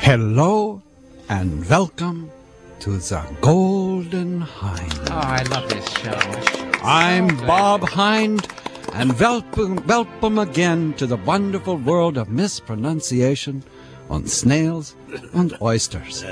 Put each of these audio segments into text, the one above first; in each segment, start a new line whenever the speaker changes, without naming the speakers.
Hello and welcome to the Golden Hind.
Oh, I love this show.
I'm Bob Hind, and welcome, welcome again to the wonderful world of mispronunciation on snails and oysters.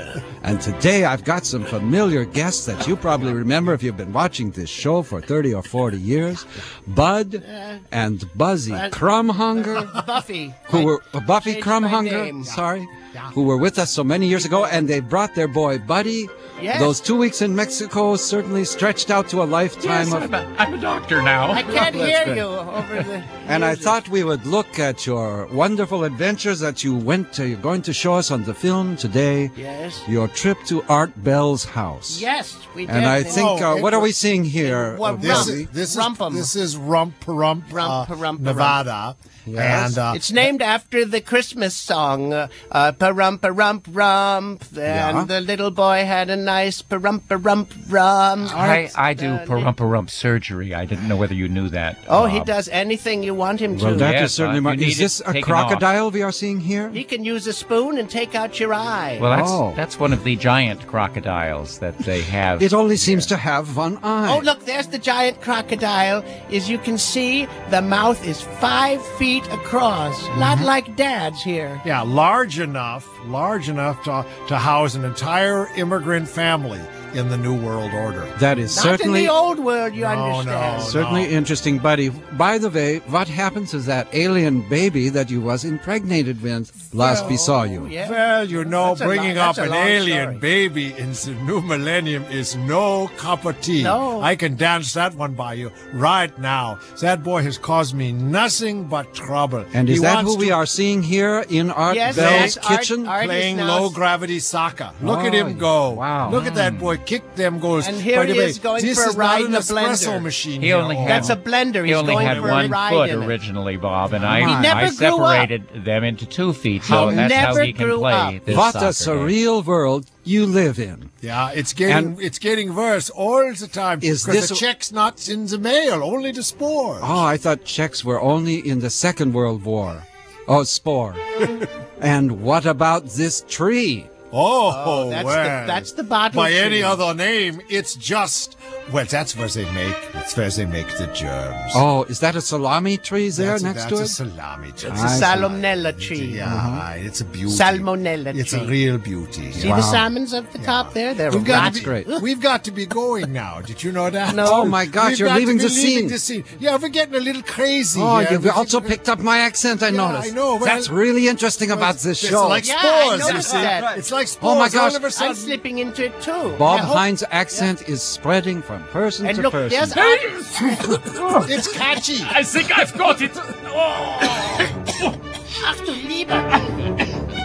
And today I've got some familiar guests that you probably remember if you've been watching this show for 30 or 40 years Bud and Buzzy Crumhunger.
Buffy.
who were uh, Buffy
Changed my
Crumhunger,
name.
sorry,
Yeah.
who were with us so many years ago, and they brought their boy Buddy.
Yes.
Those two weeks in Mexico certainly stretched out to a lifetime
Yes,
of.
I'm, a, I'm a doctor now.
I
That's
can't hear
good.
you over the.
and I thought we would look at your wonderful adventures that you went to, you're going to show us on the film today.
Yes.
Your trip to Art Bell's house.
Yes, we did.
And I think,
Oh,
uh,
it
what are
was-
we seeing here?
What
uh,
This
Buzzy?
is this
Rump 'em.
is this is Rump Rump,
Rump,
uh,
rump,
Nevada,
Yes.
and uh,
it's named after the Christmas song, uh, uh, "Parump Rump Rump," and
Yeah.
the little boy had a nice "Parump Rump Rump."
Oh,
I, I do perumparump surgery. I didn't know whether you knew that.
Oh, he
Bob.
does anything you want him to.
well, that is
Yes,
certainly.
uh,
mar-
you
is
need
this
it
a
taken off.
crocodile we are seeing here?
he can use a spoon and take out your eye.
Well, that's
Oh.
that's one of the giant crocodiles that they have.
It only seems to have one eye.
Oh, look, there's the giant crocodile. As you can see, the mouth is five feet across. Not like Dad's here.
yeah, large enough, large enough to to house an entire immigrant family in the New World Order.
That is
Not
certainly
in the old world, you
No,
understand.
no.
Oh, Certainly interesting, buddy. By the way, what happened to that alien baby that you was impregnated with last we saw you?
yeah.
Well, you know,
That's a
bringing
lo- that's
up
a
an
long
alien
story.
baby in the new millennium is no cup of tea.
No.
I can dance that one by you right now. That boy has caused me nothing but trouble.
And
He
is that
wants
who we
to
are seeing here in Art
Yes,
Bell's
yes, Art-
kitchen?
Art-
playing
now-
low gravity soccer. Look at
Oh,
him go!
wow.
Look at that boy kick them goals.
Hmm. And here
By the
he
way,
is going
this
for a
is
ride
not
in
an
a
espresso
blender.
machine.
He
you
only
know.
had
That's a blender.
He
He's
only
going
had
for a
one
ride
foot
in it.
originally, Bob, and I,
He
I
never grew up.
separated them into two feet, so
How-
that's how
Never
he can
grew
play
up.
this
what
soccer
a surreal world you live in.
yeah. It's getting
And-
it's getting worse all the time.
Is
'cause
this
the
a-
check's not in the mail? Only the spores.
Oh, I thought Czechs were only in the Second World War. Oh, Spore. and what about this tree?
Oh,
that's
well.
the- that's the bottle
By
tree.
any other name, it's just. Well, that's where they make. That's where they make the germs.
Oh, is that a salami tree there
that's,
next
that's
to
a
it? Uh-huh.
salami tree.
It's a salmonella tree.
Yeah, it's a beauty.
Salmonella
It's
tree.
a real beauty.
See the salmons up the top there? They're
We've got
rotten.
to be,
great.
We've got to be going now. Did you know that?
No.
Oh, my gosh,
We've
you're
got to
leaving
be
the scene.
leaving the scene. Yeah, we're getting a little crazy.
Oh,
here.
you've
We
also
think-
picked up my accent, I
Yeah,
noticed.
I know, well,
That's really interesting about this
It's
show.
like
Yeah, I
spores, you
noticed
see.
that.
It's like spores.
Oh, my
All
gosh.
of a
I'm
sudden-
slipping into it too.
Bob
hope-
Hind's accent is spreading from person
and
to
look,
person.
there's Art.
it's catchy.
I think I've got it. Oh.
Ach du lieber.